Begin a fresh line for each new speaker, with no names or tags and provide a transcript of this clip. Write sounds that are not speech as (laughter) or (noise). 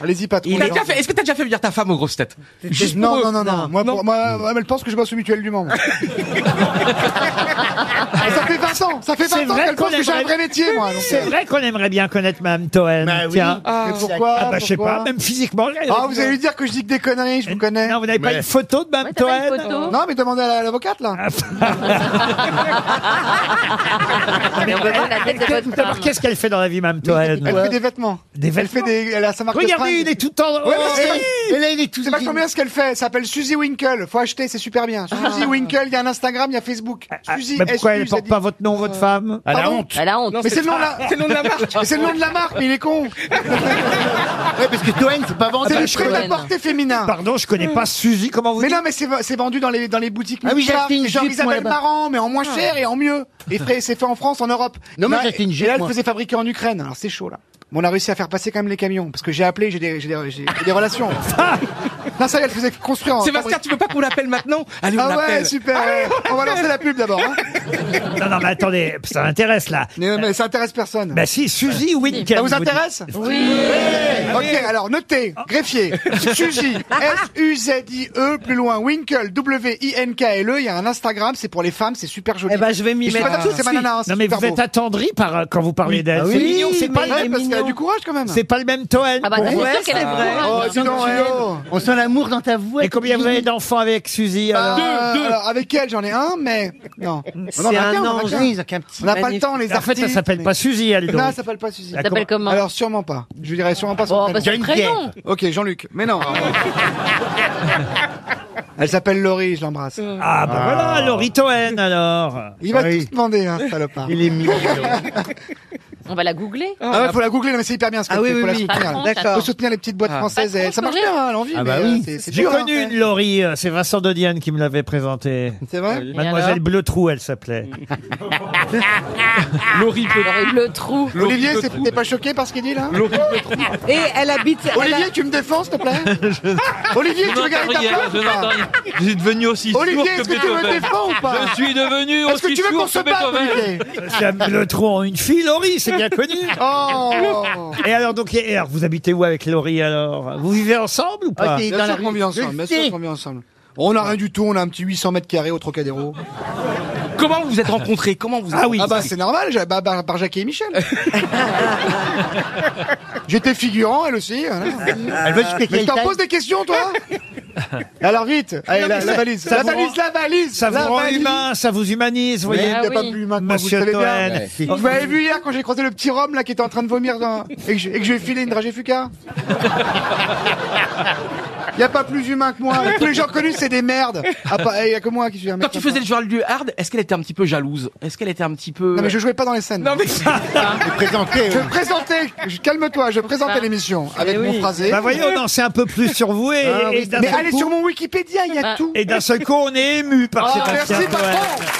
Allez-y, patron.
Il
les
a déjà
gens.
fait- Est-ce que t'as déjà fait venir ta femme aux grosses têtes Juste pour
Non,
eux.
non, non, non. Moi,
Non.
pour- moi, moi, elle pense que je bosse au mutuel du
(laughs)
membre. ça fait 20 ans, ça fait
C'est
20 ans
vrai
qu'elle pense
qu'on
que j'ai un
aimerait-
vrai métier, moi. donc,
C'est
euh,
vrai qu'on aimerait bien connaître Mme Toen. tiens.
Et pourquoi
Ah bah je
Bah
sais
pourquoi
pas, même physiquement. elle-
Ah, vous allez lui dire que je dis que des conneries, je vous connais.
Non, vous n'avez pas une photo de Mme
Ouais, t'as pas une
Toen
photo
Non, mais demandez à la- à l'avocate,
Ah,
là.
Ah,
Ah, Mais on veut voir la tête de votre femme.
D'abord, qu'est-ce qu'elle fait dans la vie, Mme Toen
Elle fait des vêtements.
Des
Elle
vêtements
fait des, elle a sa marque de
Regardez,
fringues.
il est tout en...
Ouais, mais c'est vrai.
Et là, il est tout...
C'est pas combien ce qu'elle fait. Ça s'appelle Suzy Winkle. Faut acheter, c'est super bien. Suzy Winkle, il y a un Instagram, il y a Facebook.
Ah,
Suzy,
mais pourquoi elle
S-U-Z-I.
porte pas votre nom, votre femme Ah
À la
Ah, Pardon
honte.
Elle a Bah, honte.
Mais c'est le nom de la,
C'est le nom de la marque.
mais c'est le nom de la marque, mais il
(laughs)
est con. Ah,
Ouais, parce que Toen, c'est pas vendu.
C'est le
je
prêt
crois.
de porter féminin.
Pardon, je connais pas Suzy, comment vous
Mais
dites
non, mais c'est c'est vendu dans les, dans les boutiques.
Ah oui, j'ai
Michelin,
acheté une
genre
Jeep, moi,
Isabelle
là-bas.
Marant, mais en
Ah.
moins cher et en mieux. Et fait- c'est fait en France, en Europe.
Non, mais
Là,
j'ai acheté une
et
Jeep,
là, elle
moi.
faisait fabriquer en Ukraine. Alors c'est chaud, là. Mais on a réussi à faire passer quand même les camions. Parce que j'ai appelé, j'ai des, j'ai des, j'ai des relations. non, ça y est, elle faisait construire en.
Ah. Sébastien, tu veux pas qu'on l'appelle maintenant Allez, on
Ah ouais,
l'appelle.
super. ouais. on va lancer la pub d'abord. hein.
Non, non, mais attendez, ça m'intéresse, là.
Mais, mais ça intéresse personne.
Ben,
Bah si, Suzy Winkel.
ça vous
dites.
intéresse Eh, Ok, alors notez, greffier, Suzy, S-U-Z-I-E, E, plus loin, Winkle, W-I-N-K-L-E, E, il y a un Instagram, c'est pour les femmes, c'est super joli.
Eh ben, je vais m'y
Et c'est
mettre.
pas
tout
tout,
de
c'est ma
suite.
nana, hein, c'est
Non, mais
super
vous êtes
beau.
attendri par, euh, quand vous parlez d'elle.
Ah
C'est
oui,
mignon, c'est
mais-
pas...
Ouais, parce
mignon.
qu'elle a du courage quand même.
C'est pas le même Toen.
Ah bah, c'est
pour vous.
sûr qu'elle est bourrée.
Oh, dis donc, eh, oh.
On sent l'amour dans ta voix.
Et combien vous avez d'enfants avec Suzy alors
Euh, alors, avec elle, j'en ai un, mais non. On en a
C'est
qu'un,
un
on en a
ange.
qu'un.
Ils ont qu'un petit.
On n'a pas le temps, les
En fait,
artistes.
elle s'appelle pas Suzy, elle
Non,
donc.
elle s'appelle pas Suzy.
La-
T'appelles comment
Alors sûrement pas. Je dirais sûrement pas
Oh.
son
Bon, bah,
prénom.
son prénom.
Ok, Jean-Luc. Mais
(laughs)
non. Elle s'appelle Laurie, je l'embrasse.
Ah bah voilà, Laurie Toen alors.
Il va
Oui.
tout demander, hein, salopard.
Il est mignon.
On va la googler.
Ah ouais, faut la googler, non, mais c'est hyper bien ce qu'elle
Ah oui,
fait,
oui,
faut la
oui.
soutenir. là. Faut
D'accord.
soutenir les petites boîtes
Ah.
françaises,
Pas
et
trop
ça marche
changer.
bien, hein, elle en vit,
Ah
mais,
bah
euh,
oui.
c'est- c'est
J'ai
dur, hein.
connu une Laurie, euh, c'est Vincent Dodiane qui me l'avait présentée.
C'est vrai
Mademoiselle
alors
Bleutrou, elle s'appelait.
Mm.
Alors, le trou.
Olivier, c'est- t'es pas choqué par ce qu'il dit là
Et elle habite. elle
Olivier, tu me défends s'il te (laughs) plaît Olivier, tu veux garder ta place ou pas
Je suis devenu aussi
Olivier, est-ce que tu me défends ou pas
Je suis devenu
Est-ce que
aussi
tu veux qu'on
sourd
se
que
batte,
Beethoven.
Olivier
Madame Euh, Bleutrou en une fille, Laurie, c'est bien connu.
Oh
Et alors donc, et alors, vous habitez où avec Laurie alors Vous vivez ensemble ou pas
Ok. Et dans
Bien
la
sûr qu'on
rue,
vit ensemble,
je
bien
le
sûr
sais.
qu'on vit ensemble. On a rien du tout, on a un petit 800 mètres carrés au Trocadéro.
Comment vous vous êtes rencontrés Comment vous êtes
Ah oui.
Ah bah c'est normal, j'ai- bah, bah, par Jackie et Michel. J'étais figurant, elle aussi. voilà.
Elle veut jusqu'à
Mais je
quelle
t'en
taille
pose des questions, toi Alors vite, allez, la, la valise.
ça
La
vous
valise, la valise
Ça
la
vous rend
valise.
humain, ça vous humanise, vous
Il
voyez.
n'y a
Ah oui.
pas plus humain que moi, vous
Monsieur Oh,
le savez bien.
Toen.
Vous m'avez vu hier quand j'ai croisé le petit Rome là qui était en train de vomir dans... et, que je, et que je lui ai filé une dragée fuca Il n'y a pas plus humain que moi. Tous les gens connus, c'est des merdes. Ah, pas- Il n'y a que moi qui suis un mec
Quand tu
sympa.
faisais le joueur du hard, est-ce qu'elle était un petit peu jalouse Est-ce qu'elle était un petit peu
Non, mais je jouais pas dans les scènes.
Non, mais (laughs)
Présentez.
Je présentais, euh, Bah, eh je- calme-toi, je présentais l'émission avec mon phrasé. Ah
Bah voyez, on en sait un peu plus sur vous et, et d'un
Mais
seul
allez
coup-
sur mon Wikipédia, il y a tout.
et d'un seul coup, on est ému par
Ah,
Sébastien
merci,
Toen.
patron.